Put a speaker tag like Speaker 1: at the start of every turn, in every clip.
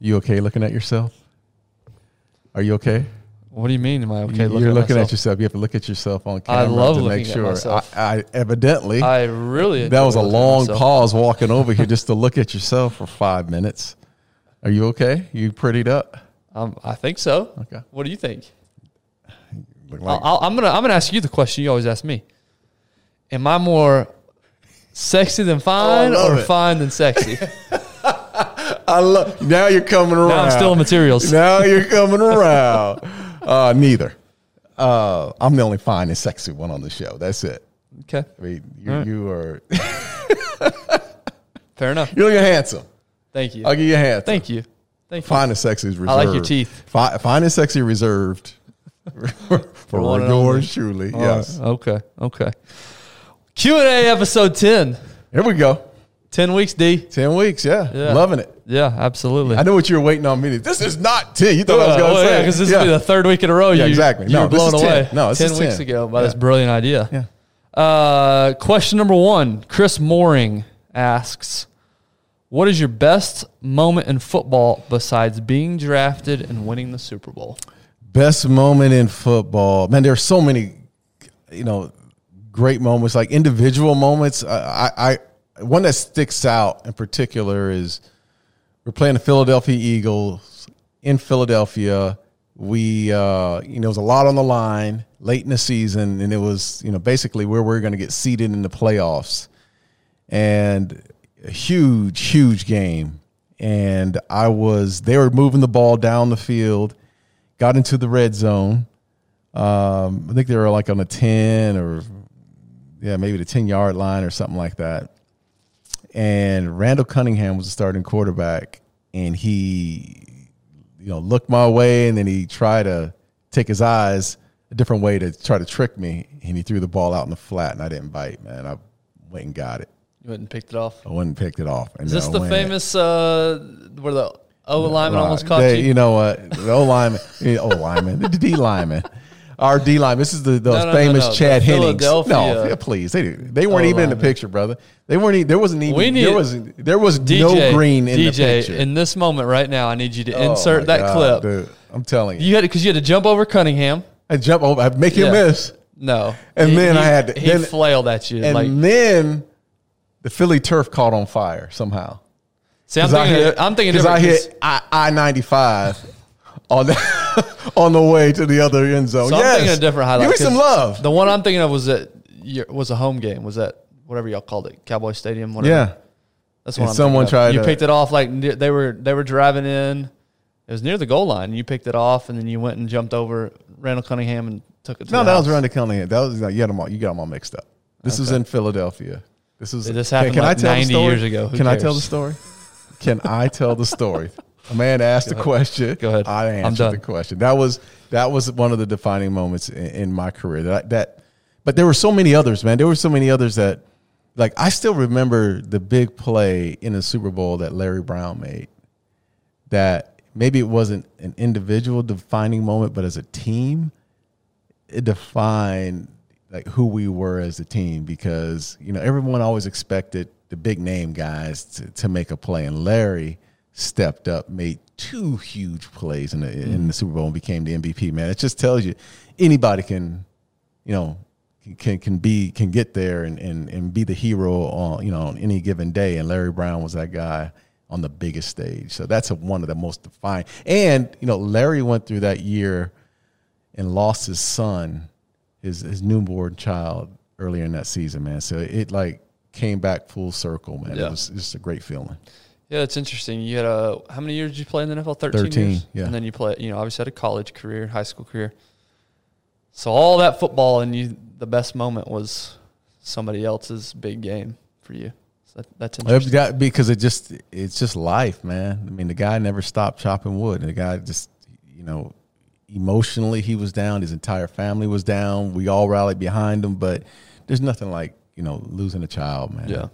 Speaker 1: You okay looking at yourself? Are you okay?
Speaker 2: What do you mean? Am I okay?
Speaker 1: You-
Speaker 2: looking
Speaker 1: You're
Speaker 2: at
Speaker 1: looking
Speaker 2: myself?
Speaker 1: at yourself. You have to look at yourself on camera
Speaker 2: love
Speaker 1: to
Speaker 2: looking
Speaker 1: make
Speaker 2: at
Speaker 1: sure.
Speaker 2: myself.
Speaker 1: I, I evidently
Speaker 2: I really.
Speaker 1: that
Speaker 2: enjoy
Speaker 1: was a
Speaker 2: looking at
Speaker 1: long
Speaker 2: myself.
Speaker 1: pause walking over here just to look at yourself for five minutes. Are you okay? You prettied up?
Speaker 2: Um, I think so.
Speaker 1: Okay.
Speaker 2: What do you think?
Speaker 1: Look
Speaker 2: I'll,
Speaker 1: like
Speaker 2: I'll, I'm gonna I'm gonna ask you the question you always ask me. Am I more sexy than fine
Speaker 1: Oh, love
Speaker 2: or
Speaker 1: it.
Speaker 2: fine than sexy?
Speaker 1: I love. Now you're coming around.
Speaker 2: now I'm still in materials.
Speaker 1: Now you're coming around. Uh, neither. Uh, I'm the only fine and sexy one on the show. That's it.
Speaker 2: Okay,
Speaker 1: I mean, you,
Speaker 2: Hmm.
Speaker 1: you are.
Speaker 2: fair enough.
Speaker 1: You're looking handsome.
Speaker 2: Thank you.
Speaker 1: I'll give you a handsome.
Speaker 2: Thank you. Thank you.
Speaker 1: Fine and sexy is reserved.
Speaker 2: like your teeth.
Speaker 1: Fi- fine and sexy reserved for
Speaker 2: one and only.
Speaker 1: yours truly. yes.
Speaker 2: Okay. Okay. Q and A episode 10.
Speaker 1: Here we go.
Speaker 2: 10 weeks, D.
Speaker 1: Ten weeks. Yeah.
Speaker 2: Yeah.
Speaker 1: Loving it.
Speaker 2: Yeah, absolutely.
Speaker 1: I know what you were waiting on me to. This is not ten. You thought I was going to
Speaker 2: Uh, well,
Speaker 1: say
Speaker 2: yeah, because this will be the third week in a row.
Speaker 1: Yeah,
Speaker 2: you,
Speaker 1: exactly.
Speaker 2: You
Speaker 1: No,
Speaker 2: were
Speaker 1: this
Speaker 2: blown
Speaker 1: is 10.
Speaker 2: away.
Speaker 1: No, this is
Speaker 2: weeks
Speaker 1: 10.
Speaker 2: ago by this
Speaker 1: Yeah.
Speaker 2: brilliant idea.
Speaker 1: Yeah.
Speaker 2: Uh, question number one: Chris Mooring asks, "What is your best moment in football besides being drafted and winning the Super Bowl?"
Speaker 1: Best moment in football, man. There are so many, you know, great moments, like individual moments. I, I, I one that sticks out in particular is we're playing the Philadelphia Eagles in Philadelphia. We, uh, you know, it was a lot on the line late in the season, and it was, you know, basically where we're going to get seeded in the playoffs. and a huge, huge game. And I was, they were moving the ball down the field, got into the red zone. Um, I think they were like on a 10 or, yeah, maybe the 10 yard line or something like that. And Randall Cunningham was the starting quarterback, and he, you know, looked my way and then he tried to take his eyes a different way to try to trick me. And he threw the ball out in the flat, and I didn't bite, man. I went and got it.
Speaker 2: You went and picked it off.
Speaker 1: I went and picked it off. And
Speaker 2: Is this
Speaker 1: I
Speaker 2: the
Speaker 1: went-
Speaker 2: famous uh, where the O lineman
Speaker 1: Right.
Speaker 2: almost caught
Speaker 1: uh, They-
Speaker 2: you?
Speaker 1: You know what? The O lineman, yeah, O lineman, the D lineman, our D lineman. This is the those
Speaker 2: no, no,
Speaker 1: famous
Speaker 2: no, the
Speaker 1: Chad Hennings. No,
Speaker 2: Philadelphia
Speaker 1: yeah, please, they they weren't even in the
Speaker 2: O-lineman.
Speaker 1: picture, brother. They weren't. e- There wasn't even.
Speaker 2: We need-
Speaker 1: there was there was
Speaker 2: DJ,
Speaker 1: no green in
Speaker 2: DJ,
Speaker 1: the picture.
Speaker 2: in this moment right now, I need you to
Speaker 1: Oh,
Speaker 2: insert
Speaker 1: my
Speaker 2: that
Speaker 1: God,
Speaker 2: clip.
Speaker 1: dude. I'm telling you,
Speaker 2: You had because you had to jump over Cunningham.
Speaker 1: I jump over, I make him
Speaker 2: Yeah.
Speaker 1: miss,
Speaker 2: No,
Speaker 1: And then I had to-
Speaker 2: he
Speaker 1: then-
Speaker 2: flailed at you.
Speaker 1: and
Speaker 2: like,
Speaker 1: then the Philly turf caught on fire somehow.
Speaker 2: see, I'm
Speaker 1: 'Cause I
Speaker 2: thinking,
Speaker 1: hit-
Speaker 2: I'm thinking
Speaker 1: 'cause I
Speaker 2: different, 'cause-
Speaker 1: hit I ninety five on the, on the way to the other end zone.
Speaker 2: So
Speaker 1: Oh, yes.
Speaker 2: I'm thinking a different highlight.
Speaker 1: Give me
Speaker 2: 'cause
Speaker 1: some love.
Speaker 2: The one I'm thinking of was that your- was a home game. Was that whatever y'all called it, Cowboy Stadium? Whatever.
Speaker 1: yeah,
Speaker 2: that's
Speaker 1: And
Speaker 2: what I'm
Speaker 1: someone
Speaker 2: thinking of.
Speaker 1: tried
Speaker 2: You
Speaker 1: to-
Speaker 2: picked it off like near, they were they were driving in. It was near the goal line. and You picked it off, and then you went and jumped over Randall Cunningham and took it. To
Speaker 1: no,
Speaker 2: the
Speaker 1: that was
Speaker 2: house.
Speaker 1: around the county. That was you got them all. You got them all mixed up. This was in Philadelphia. This was
Speaker 2: This happened like 90 years ago. Who
Speaker 1: can I tell the
Speaker 2: cares?
Speaker 1: story? Can I tell the story? A man asked the question.
Speaker 2: Go ahead.
Speaker 1: I
Speaker 2: I'm
Speaker 1: answered
Speaker 2: done.
Speaker 1: the question. That was that was one of the defining moments in, in my career. That that, but there were so many others, man. There were so many others that, like, I still remember the big play in the Super Bowl that Larry Brown made. That maybe it wasn't an individual defining moment, but as a team, it defined like who we were as a team because you know everyone always expected the big name guys to, to make a play and larry stepped up made two huge plays in the, in the super bowl and became the mvp man it just tells you anybody can you know can- can can be can get there and and, and be the hero on you know on any given day and larry brown was that guy on the biggest stage so that's a, one of the most defined and you know larry went through that year and lost his son, his his newborn child earlier in that season, man. So it like came back full circle, man.
Speaker 2: Yeah.
Speaker 1: It was just a great feeling.
Speaker 2: Yeah, that's interesting. You had a how many years did you play in the NFL? Thirteen.
Speaker 1: 13,
Speaker 2: years?
Speaker 1: yeah.
Speaker 2: And then you play. You know, obviously had a college career, high school career. So all that football, and you the best moment was somebody else's big game for you. So that, that's
Speaker 1: It
Speaker 2: interesting.
Speaker 1: got- because it just it's just life, man. I mean, the guy never stopped chopping wood. The guy just you know emotionally he was down. His entire family was down. We all rallied behind him, but there's nothing like you know losing a child, man.
Speaker 2: Yeah.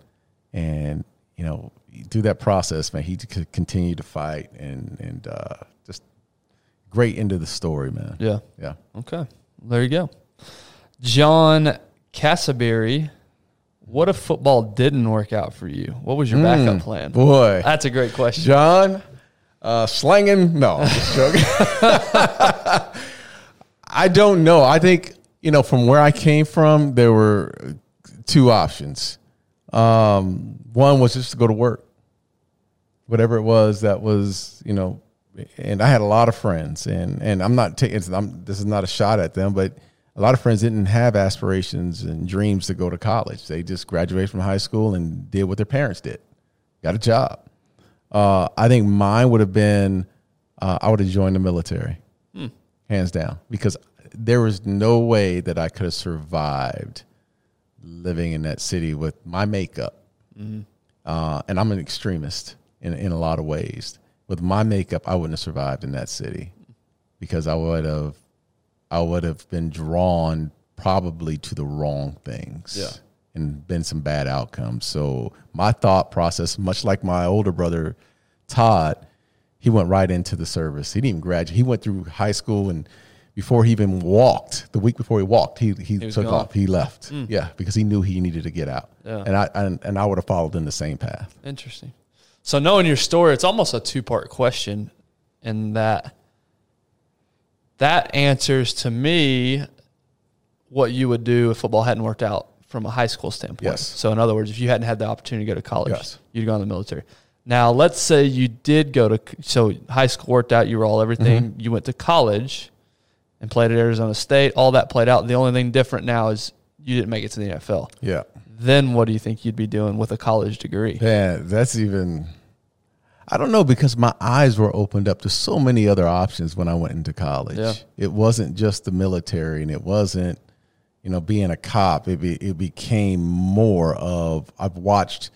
Speaker 1: and you know through that process, man, he c- continued to fight and and uh, just great end of the story, man.
Speaker 2: Yeah.
Speaker 1: yeah.
Speaker 2: Okay. There you go. John Casaberry, what if football didn't work out for you? What was your backup plan?
Speaker 1: Hmm. Mm. Boy,
Speaker 2: That's a great question.
Speaker 1: John, Uh, slanging? No, I'm just joking. I don't know. I think you know from where I came from, there were two options. Um, one was just to go to work, whatever it was that was you know. And I had a lot of friends, and and I'm not taking I'm, this is not a shot at them, but a lot of friends didn't have aspirations and dreams to go to college. They just graduated from high school and did what their parents did, got a job. Uh, I think mine would have been uh, I would have joined the military, hands down, because there was no way that I could have survived living in that city with my makeup.
Speaker 2: Mm-hmm.
Speaker 1: Uh, and I'm an extremist in, in a lot of ways. With my makeup, I wouldn't have survived in that city because I would have I would have been drawn probably to the wrong things.
Speaker 2: Yeah.
Speaker 1: And been some bad outcomes. So my thought process, much like my older brother Todd, he went right into the service. He didn't even graduate. He went through high school and before he even walked, the week before he walked, he he,
Speaker 2: was
Speaker 1: took
Speaker 2: gone.
Speaker 1: off. He left. Yeah, because he knew he needed to get out.
Speaker 2: Mm. Yeah.
Speaker 1: And I and, and I would have followed in the same path.
Speaker 2: Interesting. So knowing your story, it's almost a two part question in that that answers to me what you would do if football hadn't worked out from a high school standpoint.
Speaker 1: Yes.
Speaker 2: So in other words, if you hadn't had the opportunity to go to college,
Speaker 1: Yes.
Speaker 2: you'd gone to the military. Now let's say you did go to so high school worked out, you were all everything.
Speaker 1: Mm-hmm.
Speaker 2: You went to college and played at Arizona State. All that played out. The only thing different now is you didn't make it to the NFL.
Speaker 1: Yeah.
Speaker 2: Then what do you think you'd be doing with a college degree?
Speaker 1: Yeah, that's even I don't know because my eyes were opened up to so many other options when I went into college.
Speaker 2: Yeah.
Speaker 1: It wasn't just the military and it wasn't you know being a cop. It be, it became more of I've watched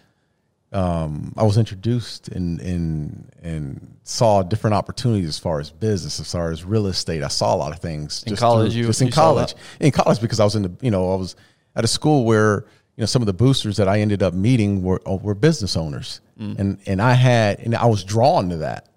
Speaker 1: um, I was introduced and and and saw different opportunities as far as business, as far as real estate. I saw a lot of things
Speaker 2: In college, you-
Speaker 1: just in
Speaker 2: you saw
Speaker 1: college, in college because I was in the you know I was at a school where you know some of the boosters that I ended up meeting were uh, were business owners, and and I had and I was drawn to that.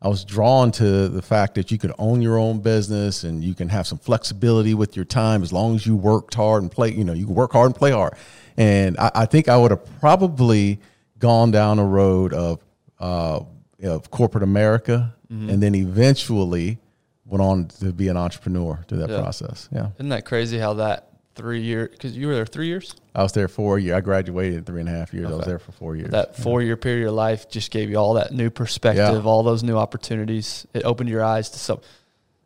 Speaker 1: I was drawn to the fact that you could own your own business and you can have some flexibility with your time as long as you worked hard and play, you know, you can work hard and play hard. And I, I think I would have probably gone down a road of, uh, of corporate America and then eventually went on to be an entrepreneur through that
Speaker 2: Yeah.
Speaker 1: process. Yeah.
Speaker 2: Isn't that crazy how that three year, because you were there three years?
Speaker 1: I was there four years. I graduated in three and a half years. I was there for four years.
Speaker 2: That four year period of your life just gave you all that new perspective, all those new opportunities. It opened your eyes to some.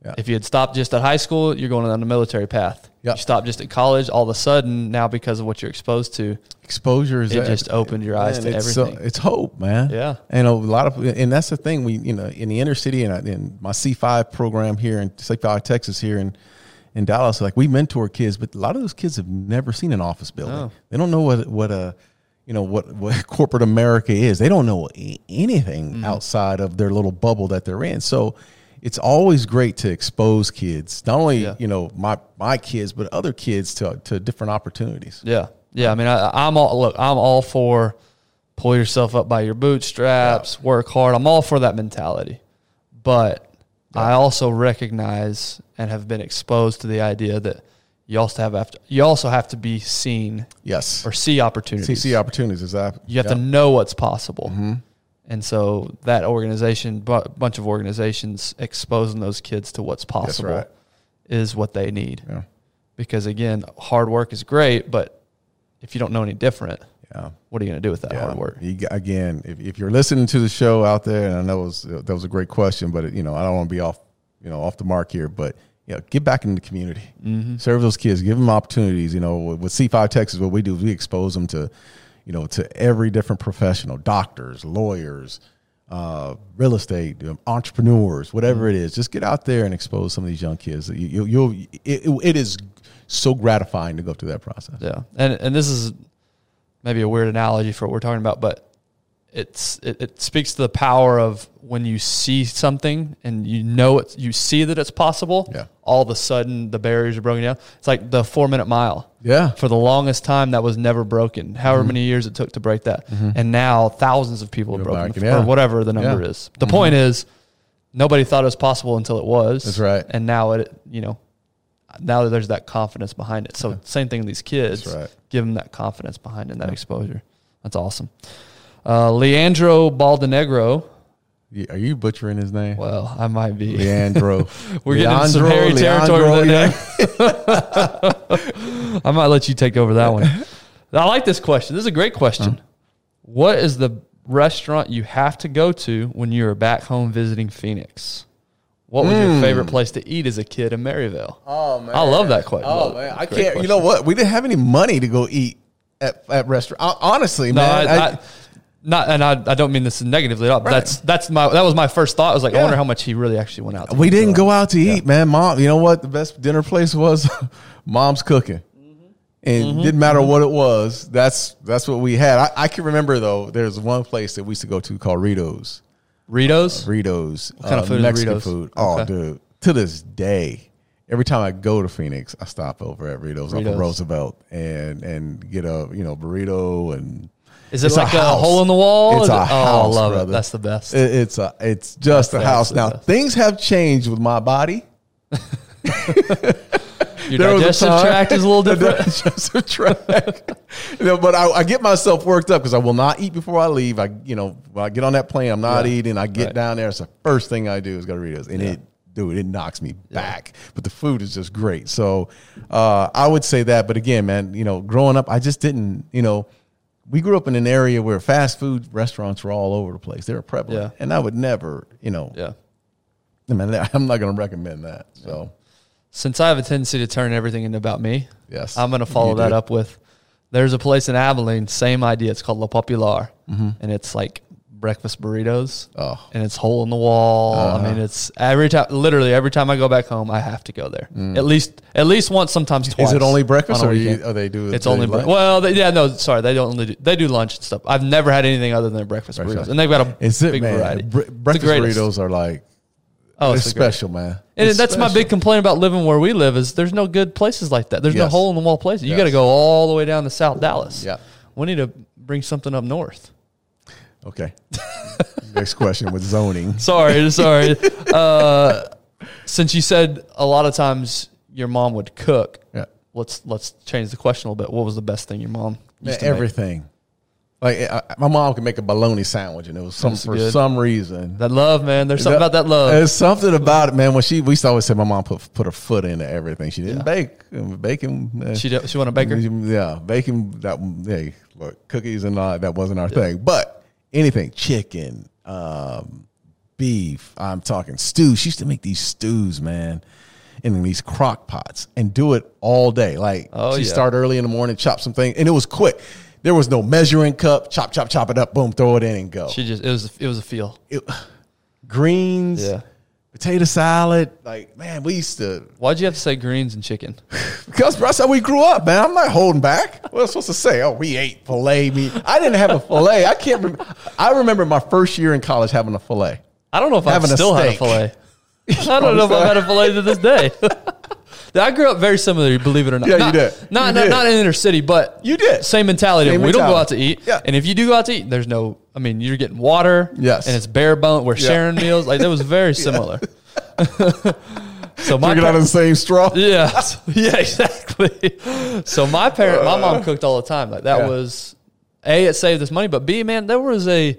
Speaker 1: Yeah.
Speaker 2: If you had stopped just at high school, you're going down the military path.
Speaker 1: Yeah.
Speaker 2: You stopped just at college, all of a sudden, now because of what you're exposed to,
Speaker 1: Exposure is
Speaker 2: it just opened your eyes
Speaker 1: Man,
Speaker 2: to
Speaker 1: it's,
Speaker 2: everything.
Speaker 1: uh, it's hope, man.
Speaker 2: Yeah.
Speaker 1: And oh, a lot of, and that's the thing. We, you know, in the inner city and I- in my C5 program here in C5, Texas, here in, in Dallas, like we mentor kids, but a lot of those kids have never seen an office building.
Speaker 2: No.
Speaker 1: They don't know what, what a, you know, what, what corporate America is. They don't know a- anything
Speaker 2: Mm.
Speaker 1: outside of their little bubble that they're in. So it's always great to expose kids, not only,
Speaker 2: Yeah.
Speaker 1: you know, my, my kids, but other kids to, to different opportunities.
Speaker 2: Yeah, yeah. I mean, I, I'm all look. I'm all for pull yourself up by your bootstraps, work hard. I'm all for that mentality, but I also recognize and have been exposed to the idea that you also have after, you also have to be seen
Speaker 1: Yes.
Speaker 2: or see opportunities.
Speaker 1: CC opportunities is that
Speaker 2: you have to know what's possible.
Speaker 1: Mm-hmm.
Speaker 2: And so that organization, bu- bunch of organizations exposing those kids to what's possible
Speaker 1: right.
Speaker 2: is what they need.
Speaker 1: Yeah.
Speaker 2: Because again, hard work is great, but if you don't know any different,
Speaker 1: Yeah.
Speaker 2: what are you going to do with that
Speaker 1: Yeah.
Speaker 2: hard work?
Speaker 1: You, g- again, if, if you're listening to the show out there, and I know it was, that was a great question, but you know I don't want to be off, you know, off the mark here. But you know, get back in the community,
Speaker 2: Mm-hmm.
Speaker 1: serve those kids, give them opportunities. You know, with with C5 Texas, what we do is we expose them to, you know, to every different professional, doctors, lawyers, uh, real estate, um, entrepreneurs, whatever
Speaker 2: Mm-hmm.
Speaker 1: it is. Just get out there and expose some of these young kids. You, you, you'll, it, it is so gratifying to go through that process.
Speaker 2: Yeah. And and this is maybe a weird analogy for what we're talking about, but it's it, it speaks to the power of when you see something and you know it you see that it's possible,
Speaker 1: Yeah.
Speaker 2: all of a sudden the barriers are broken down. It's like the four minute mile.
Speaker 1: Yeah.
Speaker 2: For the longest time that was never broken.
Speaker 1: Mm-hmm.
Speaker 2: However many years it took to break that. And now thousands of people have
Speaker 1: Go
Speaker 2: broken
Speaker 1: back,
Speaker 2: the,
Speaker 1: yeah.
Speaker 2: or whatever the number
Speaker 1: Yeah. Mm-hmm.
Speaker 2: is. The point is nobody thought it was possible until it was.
Speaker 1: That's right.
Speaker 2: And now it you know now that there's that confidence behind it. So same thing with these kids.
Speaker 1: That's right.
Speaker 2: Give them that confidence behind it and that exposure. That's awesome. Uh, Leandro Baldenegro
Speaker 1: Y- Are you butchering his name?
Speaker 2: Well, I might be.
Speaker 1: Leandro.
Speaker 2: We're getting into some hairy territory with that name. I might let you take over that one. I like this question. This is a great question. What is the restaurant you have to go to when you're back home visiting Phoenix? What was
Speaker 1: Hmm.
Speaker 2: your favorite place to eat as a kid in Maryvale?
Speaker 1: Oh man,
Speaker 2: I love that question.
Speaker 1: Oh
Speaker 2: Love-
Speaker 1: man, I
Speaker 2: great
Speaker 1: can't. You know what? We didn't have any money to go eat at at restaurant. Hon- Honestly,
Speaker 2: No,
Speaker 1: man,
Speaker 2: I, I, not, and I, I don't mean this negatively at all. But That's that's my that was my first thought. I was like, I
Speaker 1: Yeah.
Speaker 2: wonder how much he really actually went out. To
Speaker 1: we
Speaker 2: eat.
Speaker 1: didn't go out to eat, man. Mom, you know what? The best dinner place was mom's cooking.
Speaker 2: Mm-hmm.
Speaker 1: And it didn't matter what it was. That's that's what we had. I, I can remember though. There's one place that we used to go to called Ritos.
Speaker 2: Ritos.
Speaker 1: Burritos,
Speaker 2: kind of
Speaker 1: uh,
Speaker 2: food is
Speaker 1: Mexican
Speaker 2: Burritos?
Speaker 1: food. Oh,
Speaker 2: Okay.
Speaker 1: dude, to this day, every time I go to Phoenix, I stop over at Burritos, off
Speaker 2: Burritos.
Speaker 1: of Roosevelt and and get a you know burrito and
Speaker 2: Is it
Speaker 1: It's a
Speaker 2: like a,
Speaker 1: house.
Speaker 2: hole in the wall?
Speaker 1: It's
Speaker 2: Is it-
Speaker 1: a house,
Speaker 2: Oh, I love
Speaker 1: brother.
Speaker 2: it. That's the best.
Speaker 1: it- it's a it's just a
Speaker 2: the
Speaker 1: house.
Speaker 2: absolute
Speaker 1: Now
Speaker 2: best.
Speaker 1: things have changed with my body.
Speaker 2: Your
Speaker 1: There was a
Speaker 2: digestive
Speaker 1: time-
Speaker 2: tract is a little
Speaker 1: the
Speaker 2: different.
Speaker 1: digestive tract. You know, but I, I get myself worked up because I will not eat before I leave. I you know when I get on that plane, I'm not eating. I get
Speaker 2: Right.
Speaker 1: down there. It's the first thing I do is go to Ritos, and it dude, it knocks me back. But the food is just great. So uh, I would say that. But again, man, you know, growing up, I just didn't. You know, we grew up in an area where fast food restaurants were all over the place. They were prevalent,
Speaker 2: Yeah.
Speaker 1: and I would never, you know,
Speaker 2: yeah.
Speaker 1: I mean, I'm not going to recommend that. So
Speaker 2: Since I have a tendency to turn everything into about me,
Speaker 1: yes,
Speaker 2: I'm going to follow
Speaker 1: You
Speaker 2: that
Speaker 1: do.
Speaker 2: up with there's a place in Abilene, same idea. It's called La Popular, and it's like breakfast burritos,
Speaker 1: Mm-hmm. Oh. Uh-huh.
Speaker 2: and it's hole in the wall. I mean, it's every time, literally every time I go back home, I have to go there at least at least once, sometimes twice.
Speaker 1: Mm. Is it only breakfast,
Speaker 2: on a
Speaker 1: or
Speaker 2: weekend.
Speaker 1: you, are they do?
Speaker 2: It's
Speaker 1: do
Speaker 2: only
Speaker 1: they
Speaker 2: bre-
Speaker 1: lunch?
Speaker 2: well, they, yeah, no, sorry, they don't only do they do lunch and stuff. I've never had anything other than their breakfast burritos,
Speaker 1: Breakfast.
Speaker 2: and they've got a
Speaker 1: It's it,
Speaker 2: big
Speaker 1: man.
Speaker 2: variety.
Speaker 1: Bre-
Speaker 2: It's the
Speaker 1: breakfast
Speaker 2: greatest.
Speaker 1: burritos are like
Speaker 2: Oh,
Speaker 1: they're
Speaker 2: it's the greatest.
Speaker 1: special, man.
Speaker 2: And
Speaker 1: It's
Speaker 2: that's my
Speaker 1: special.
Speaker 2: big complaint about living where we live is there's no good places like that. There's no
Speaker 1: Yes.
Speaker 2: hole in the wall places. You
Speaker 1: Yes.
Speaker 2: got to go all the way down to South Dallas.
Speaker 1: Yeah.
Speaker 2: We need to bring something up north.
Speaker 1: Okay. Next question with zoning.
Speaker 2: Sorry, sorry. Uh, since you said a lot of times your mom would cook,
Speaker 1: Yeah.
Speaker 2: let's let's change the question a little bit. What was the best thing your mom
Speaker 1: Man,
Speaker 2: used to make?
Speaker 1: everything. Like I, I- my mom could make a bologna sandwich, and it was some
Speaker 2: That's
Speaker 1: for
Speaker 2: good.
Speaker 1: some reason.
Speaker 2: That love, man. There's something about that love.
Speaker 1: There's something about it, man. When she, we used to always say my mom put put her foot into everything. She didn't bake, baking. uh,
Speaker 2: She did, she want a baker.
Speaker 1: Yeah, baking that. Hey, look, cookies and all that wasn't our thing. But anything, chicken, um, beef. I'm talking stews. She used to make these stews, man, in these crock pots and do it all day. Like
Speaker 2: Oh,
Speaker 1: she
Speaker 2: yeah.
Speaker 1: start early in the morning, chop some things, and it was quick. There was no measuring cup. Chop, chop, chop it up. Boom, throw it in and go.
Speaker 2: She just it was it was a feel.
Speaker 1: It- greens,
Speaker 2: Yeah.
Speaker 1: potato salad. Like man, we used to
Speaker 2: Why'd you have to say greens and chicken?
Speaker 1: because that's how we grew up, man. I'm not holding back. What am I supposed to say? Oh, we ate filet meat. I didn't have a filet. I can't remember. I remember my first year in college having a filet.
Speaker 2: I don't know if I've
Speaker 1: Having a
Speaker 2: still had a
Speaker 1: steak.
Speaker 2: filet. I don't know if I've had a filet to this day. I grew up very similar, believe it or not.
Speaker 1: Yeah, you
Speaker 2: not,
Speaker 1: did.
Speaker 2: Not,
Speaker 1: You
Speaker 2: not,
Speaker 1: did.
Speaker 2: not in inner city, but
Speaker 1: You did.
Speaker 2: Same mentality.
Speaker 1: Same
Speaker 2: we don't go out to
Speaker 1: mentality.
Speaker 2: eat.
Speaker 1: Yeah.
Speaker 2: And if you do go out to eat, there's no, I mean, you're getting water.
Speaker 1: Yes.
Speaker 2: And it's bare bone. We're sharing meals. Like, that was very similar. so
Speaker 1: Drinking
Speaker 2: my
Speaker 1: out of
Speaker 2: par-
Speaker 1: the same straw.
Speaker 2: yeah, yeah, exactly. So my parent, my mom cooked all the time. Like that
Speaker 1: Yeah.
Speaker 2: was a it saved us money, but b man, there was a.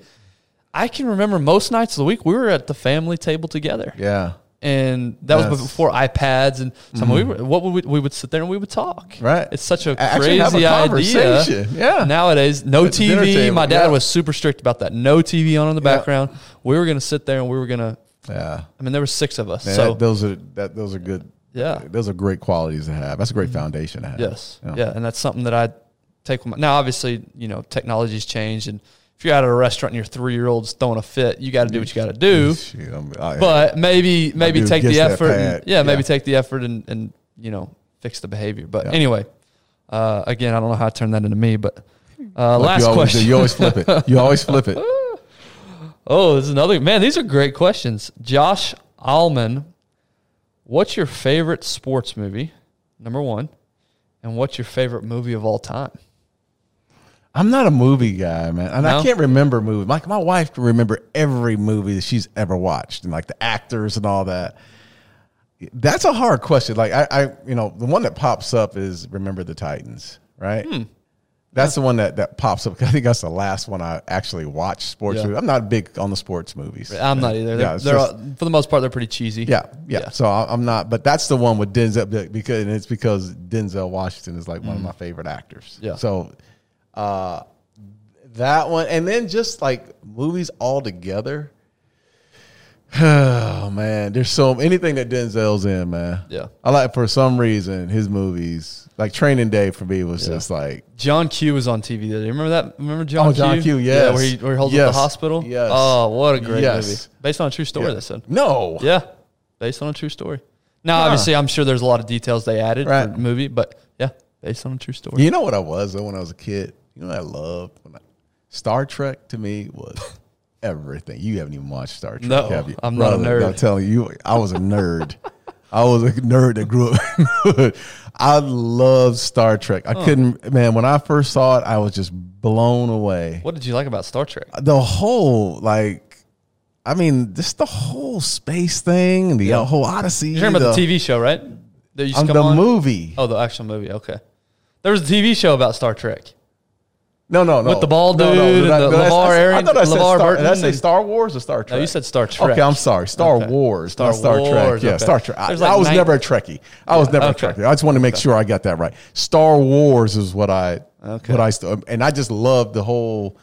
Speaker 2: I can remember most nights of the week we were at the family table together,
Speaker 1: Yeah.
Speaker 2: and that
Speaker 1: Yes. Mm-hmm.
Speaker 2: was before iPads and some. We were, what would we, we would sit there and we would talk.
Speaker 1: Right.
Speaker 2: it's such a
Speaker 1: Actually
Speaker 2: crazy
Speaker 1: have a
Speaker 2: idea.
Speaker 1: conversation. Yeah.
Speaker 2: nowadays no
Speaker 1: the dinner
Speaker 2: TV.
Speaker 1: table,
Speaker 2: My dad
Speaker 1: yeah.
Speaker 2: was super strict about that. No TV on in the background. We were gonna sit there and we were gonna.
Speaker 1: Yeah.
Speaker 2: I mean, there were six of us.
Speaker 1: Man,
Speaker 2: so
Speaker 1: that- those are that those are good.
Speaker 2: Yeah.
Speaker 1: Those are great qualities to have. That's a great foundation to have.
Speaker 2: Yes. Yeah. And that's something that I take with my, now, obviously, you know, technology's changed. And if you're out at a restaurant and your three year old's throwing a fit, you got to do what you got to do.
Speaker 1: Shoot, I'm- I-
Speaker 2: But maybe, maybe
Speaker 1: dude
Speaker 2: take
Speaker 1: gets
Speaker 2: the
Speaker 1: that
Speaker 2: effort. And,
Speaker 1: pad.
Speaker 2: yeah, Maybe
Speaker 1: Yeah.
Speaker 2: take the effort and, and, you know, fix the behavior. But anyway, uh, again, I don't know how I turned that into me, but uh,
Speaker 1: like
Speaker 2: last
Speaker 1: you always do,
Speaker 2: question.
Speaker 1: you always flip it. You always flip it.
Speaker 2: Oh, this is another man. These are great questions. Josh Allman, what's your favorite sports movie? Number one, and what's your favorite movie of all time?
Speaker 1: I'm not a movie guy, man. And
Speaker 2: No?
Speaker 1: I can't remember movies. Like my wife can remember every movie that she's ever watched and like the actors and all that. That's a
Speaker 2: Hmm.
Speaker 1: hard question. Like I, I you know, the one that pops up is Remember the Titans, right? That's the one that, that pops up. I think that's the last one I actually watched sports.
Speaker 2: Yeah.
Speaker 1: movies. I'm not big on the sports movies.
Speaker 2: I'm not either. They're,
Speaker 1: Yeah, it's
Speaker 2: they're
Speaker 1: just-
Speaker 2: all- for the most part, they're pretty cheesy.
Speaker 1: Yeah, yeah. So I, I'm not, but that's the one with Denzel because and it's because Denzel Washington is like one of my favorite actors.
Speaker 2: Mm. Yeah.
Speaker 1: So uh, that one, and then just like movies all together. Oh man, there's so anything that Denzel's in, man.
Speaker 2: Yeah.
Speaker 1: I like for some reason his movies like Training Day for me was just like
Speaker 2: John Q was on TV. the other day. Remember that? Remember John?
Speaker 1: Oh, John Q,
Speaker 2: Yeah, where
Speaker 1: yes.
Speaker 2: he, where he holds up
Speaker 1: Yes.
Speaker 2: the hospital.
Speaker 1: Yes.
Speaker 2: Oh, what a great
Speaker 1: Yes.
Speaker 2: movie! Based on a true story. They said.
Speaker 1: no,
Speaker 2: Yeah, based on a true story. Now, obviously, I'm sure there's a lot of details they added for
Speaker 1: Right.
Speaker 2: the movie, but yeah, based on a true story.
Speaker 1: You know what I was though when I was a kid. You know what I loved when I, Star Trek to me was everything. You haven't even watched Star Trek,
Speaker 2: No,
Speaker 1: have you?
Speaker 2: I'm not a nerd.
Speaker 1: I'm telling you, I was a nerd. I was a nerd that grew up. I loved Star Trek. I couldn't, man. When I first saw it, I was just blown away.
Speaker 2: What did you like about Star Trek?
Speaker 1: The whole like. I mean, just the whole space thing, the
Speaker 2: Yeah.
Speaker 1: whole Odyssey.
Speaker 2: You're talking about the TV show, right? That used to
Speaker 1: um,
Speaker 2: come
Speaker 1: the
Speaker 2: on?
Speaker 1: movie.
Speaker 2: Oh, the actual movie. Okay. There was a TV show about Star Trek.
Speaker 1: No, no, no.
Speaker 2: With the bald dude
Speaker 1: I-
Speaker 2: and the
Speaker 1: I-
Speaker 2: LeVar
Speaker 1: I, I
Speaker 2: Aaron-
Speaker 1: thought I said
Speaker 2: LeVar
Speaker 1: Star, did I
Speaker 2: Burton
Speaker 1: say
Speaker 2: and-
Speaker 1: Star Wars or Star Trek?
Speaker 2: No, you said Star Trek.
Speaker 1: Okay, I'm sorry. Star
Speaker 2: Okay.
Speaker 1: Wars.
Speaker 2: Star
Speaker 1: not Star Trek.
Speaker 2: Wars,
Speaker 1: Yeah,
Speaker 2: okay.
Speaker 1: Star Trek. I,
Speaker 2: There's like
Speaker 1: I was
Speaker 2: nine-
Speaker 1: never a Trekkie. I was never
Speaker 2: okay.
Speaker 1: a Trekkie. I just wanted to make sure I got that right. Star Wars is what I
Speaker 2: Okay.
Speaker 1: what I st- um, and I just loved the whole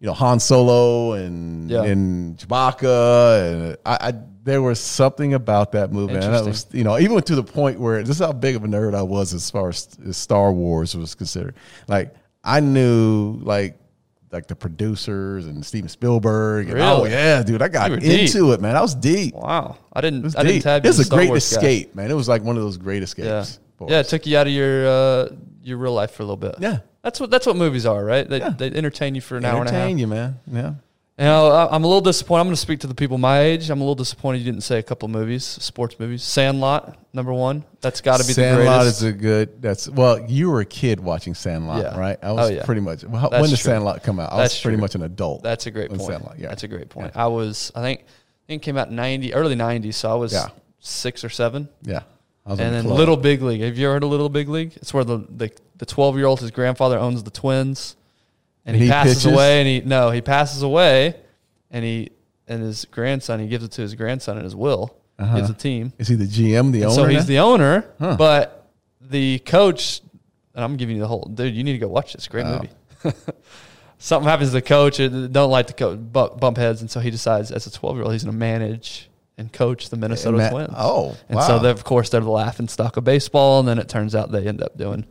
Speaker 1: you know Han Solo and
Speaker 2: Yeah.
Speaker 1: and Chewbacca and I, I there was something about that movie and that
Speaker 2: Interesting.
Speaker 1: was you know even to the point where this is how big of a nerd I was as far as, as Star Wars was considered. Like I knew like like the producers and Steven Spielberg. And, Oh
Speaker 2: Really?
Speaker 1: yeah, dude, I got
Speaker 2: You were
Speaker 1: into
Speaker 2: deep.
Speaker 1: it, man. I was deep.
Speaker 2: Wow. I didn't.
Speaker 1: It was
Speaker 2: I
Speaker 1: deep.
Speaker 2: didn't
Speaker 1: It
Speaker 2: tab you
Speaker 1: was
Speaker 2: as
Speaker 1: a
Speaker 2: Star
Speaker 1: great
Speaker 2: Wars guy.
Speaker 1: escape, man. It was like one of those great escapes.
Speaker 2: Yeah.
Speaker 1: for
Speaker 2: Yeah. It
Speaker 1: us.
Speaker 2: took you out of your uh, your real life for a little bit.
Speaker 1: Yeah.
Speaker 2: That's what that's what movies are, right? They
Speaker 1: Yeah.
Speaker 2: they entertain you for an hour and a half.
Speaker 1: entertain you, man. Yeah.
Speaker 2: You know, I- I'm a little disappointed. I'm going to speak to the people my age. I'm a little disappointed you didn't say a couple movies, sports movies. Sandlot, number one. That's got to be the
Speaker 1: Sandlot is
Speaker 2: greatest.
Speaker 1: a good. That's well, you were a kid watching Sandlot,
Speaker 2: Yeah.
Speaker 1: right? I was
Speaker 2: Oh, yeah.
Speaker 1: pretty much. Well,
Speaker 2: That's
Speaker 1: when did
Speaker 2: true.
Speaker 1: Sandlot come out? I
Speaker 2: That's
Speaker 1: was pretty
Speaker 2: true.
Speaker 1: much an adult.
Speaker 2: That's a great
Speaker 1: when
Speaker 2: point.
Speaker 1: Sandlot, yeah.
Speaker 2: That's a great point. I was, I think, I think it came out 90, early 90s. So I was
Speaker 1: Yeah.
Speaker 2: six or seven.
Speaker 1: yeah. I was in
Speaker 2: And
Speaker 1: the
Speaker 2: then
Speaker 1: club.
Speaker 2: Little Big League. Have you ever heard of Little Big League? It's where the the the 12 year old, his grandfather owns the twins. And he,
Speaker 1: And he
Speaker 2: passes
Speaker 1: pitches?
Speaker 2: away and he no, he passes away and he and his grandson, he gives it to his grandson in his will. Gives the team.
Speaker 1: Is he the GM, the owner?
Speaker 2: So he's
Speaker 1: now?
Speaker 2: the owner,
Speaker 1: Huh.
Speaker 2: but the coach, and I'm giving you the whole dude. You need to go watch this great movie. Something happens to the coach. and Don't like the coach. Bump, bump heads, and so he decides as a 12 year old he's going to manage and coach the Minnesota
Speaker 1: ma-
Speaker 2: Twins.
Speaker 1: oh,
Speaker 2: and
Speaker 1: wow.
Speaker 2: so they're, of course they're the laughing stock of baseball, and then it turns out they end up doing.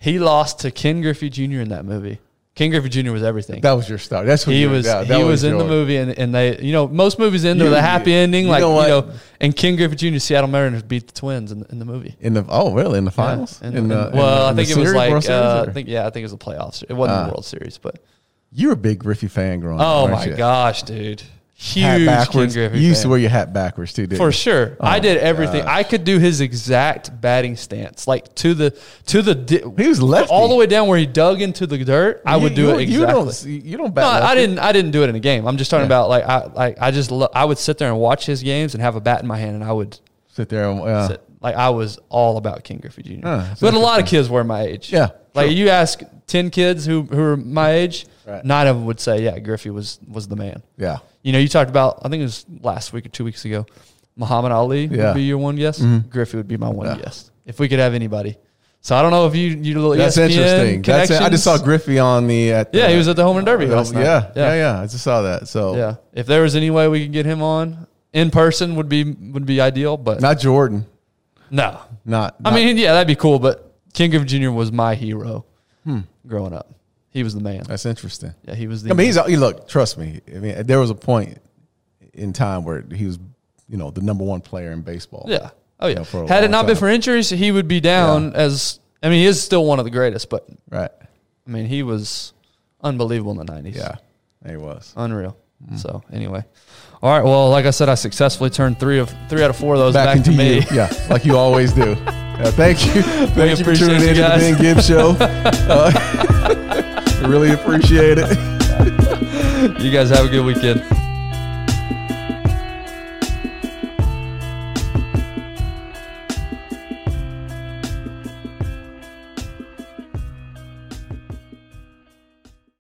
Speaker 2: He lost to Ken Griffey Jr. in that movie. Ken Griffey Jr. was everything.
Speaker 1: That was your start. That's what
Speaker 2: He
Speaker 1: you-
Speaker 2: was
Speaker 1: yeah, that
Speaker 2: he was in the
Speaker 1: yours.
Speaker 2: movie and, and they you know most movies end with
Speaker 1: You-
Speaker 2: a happy ending
Speaker 1: you
Speaker 2: like
Speaker 1: know
Speaker 2: you
Speaker 1: what?
Speaker 2: know and Ken Griffey Jr. Seattle Mariners beat the Twins in, in the movie.
Speaker 1: In the oh really in the finals?
Speaker 2: Yeah. And-
Speaker 1: In the-
Speaker 2: and-
Speaker 1: in the-
Speaker 2: well,
Speaker 1: in
Speaker 2: I
Speaker 1: the
Speaker 2: think it was
Speaker 1: series, World
Speaker 2: like
Speaker 1: Series,
Speaker 2: uh,
Speaker 1: or-
Speaker 2: I think yeah, I think it was the playoffs. It wasn't
Speaker 1: Ah.
Speaker 2: the World Series, but
Speaker 1: you were a big Griffey fan growing up.
Speaker 2: oh
Speaker 1: weren't
Speaker 2: my
Speaker 1: you?
Speaker 2: gosh, dude,
Speaker 1: Hat
Speaker 2: huge Ken
Speaker 1: backwards. You Oh
Speaker 2: Griffey
Speaker 1: used
Speaker 2: fan.
Speaker 1: to wear your hat backwards too, didn't
Speaker 2: for
Speaker 1: you?
Speaker 2: sure. I did everything. I could do his exact batting stance, like to the to the di-
Speaker 1: He was lefty.
Speaker 2: all the way down where he dug into the dirt. I
Speaker 1: You-
Speaker 2: would do
Speaker 1: you-
Speaker 2: it exactly.
Speaker 1: You don't. You don't bat.
Speaker 2: No, I
Speaker 1: lefty.
Speaker 2: didn't. I didn't do it in a game. I'm just talking about like I like I just lo- I would sit there and watch his games and have a bat in my hand and I would
Speaker 1: sit there. And, uh,
Speaker 2: sit. Like I was all about King Griffey Jr.
Speaker 1: Huh, that's
Speaker 2: but a lot of kids were my age.
Speaker 1: Yeah,
Speaker 2: Like
Speaker 1: true.
Speaker 2: you ask ten kids who who are my age,
Speaker 1: Right.
Speaker 2: nine of them would say, "Yeah, Griffey was was the man."
Speaker 1: Yeah.
Speaker 2: You know, you talked about I think it was last week or two weeks ago, Muhammad Ali
Speaker 1: Yeah. Mm-hmm.
Speaker 2: would be your one guess. Griffey would be my one guess if we could have anybody. So I don't know if you you little E
Speaker 1: That's
Speaker 2: ESPN
Speaker 1: interesting. That's I just saw
Speaker 2: connections.
Speaker 1: Griffey on the. At the
Speaker 2: Yeah, he was at the home and derby.
Speaker 1: Yeah,
Speaker 2: last night.
Speaker 1: yeah, yeah, yeah. I just saw that. So
Speaker 2: Yeah. If there was any way we could get him on in person would be would be ideal, but
Speaker 1: not Jordan.
Speaker 2: no.
Speaker 1: Not,
Speaker 2: I
Speaker 1: not-
Speaker 2: mean, yeah, that'd be cool, but King Griffey Jr. was my hero growing up. He was the man.
Speaker 1: that's interesting.
Speaker 2: Yeah, he was the
Speaker 1: Hmm. I mean, he's he- look. Trust me. I mean, there was a point in time where he was, you know, the number one player in baseball.
Speaker 2: Yeah. Oh yeah.
Speaker 1: know, for a
Speaker 2: Had it
Speaker 1: long
Speaker 2: not been
Speaker 1: time.
Speaker 2: for injuries, he would be down as I mean, he is still one of the greatest, but
Speaker 1: Right.
Speaker 2: I mean, he was unbelievable in the 90s.
Speaker 1: Yeah. Hmm. He was.
Speaker 2: Unreal. So, anyway. All right, well, like I said, I successfully turned 3 of 3 out of 4 of those back, to
Speaker 1: into
Speaker 2: me.
Speaker 1: you. Yeah, like you always do. Yeah, thank you. Thank you for
Speaker 2: appreciate
Speaker 1: tuning in
Speaker 2: you
Speaker 1: to the
Speaker 2: guys.
Speaker 1: Ben Gibbs Show. Uh, really appreciate it.
Speaker 2: You guys have a good weekend.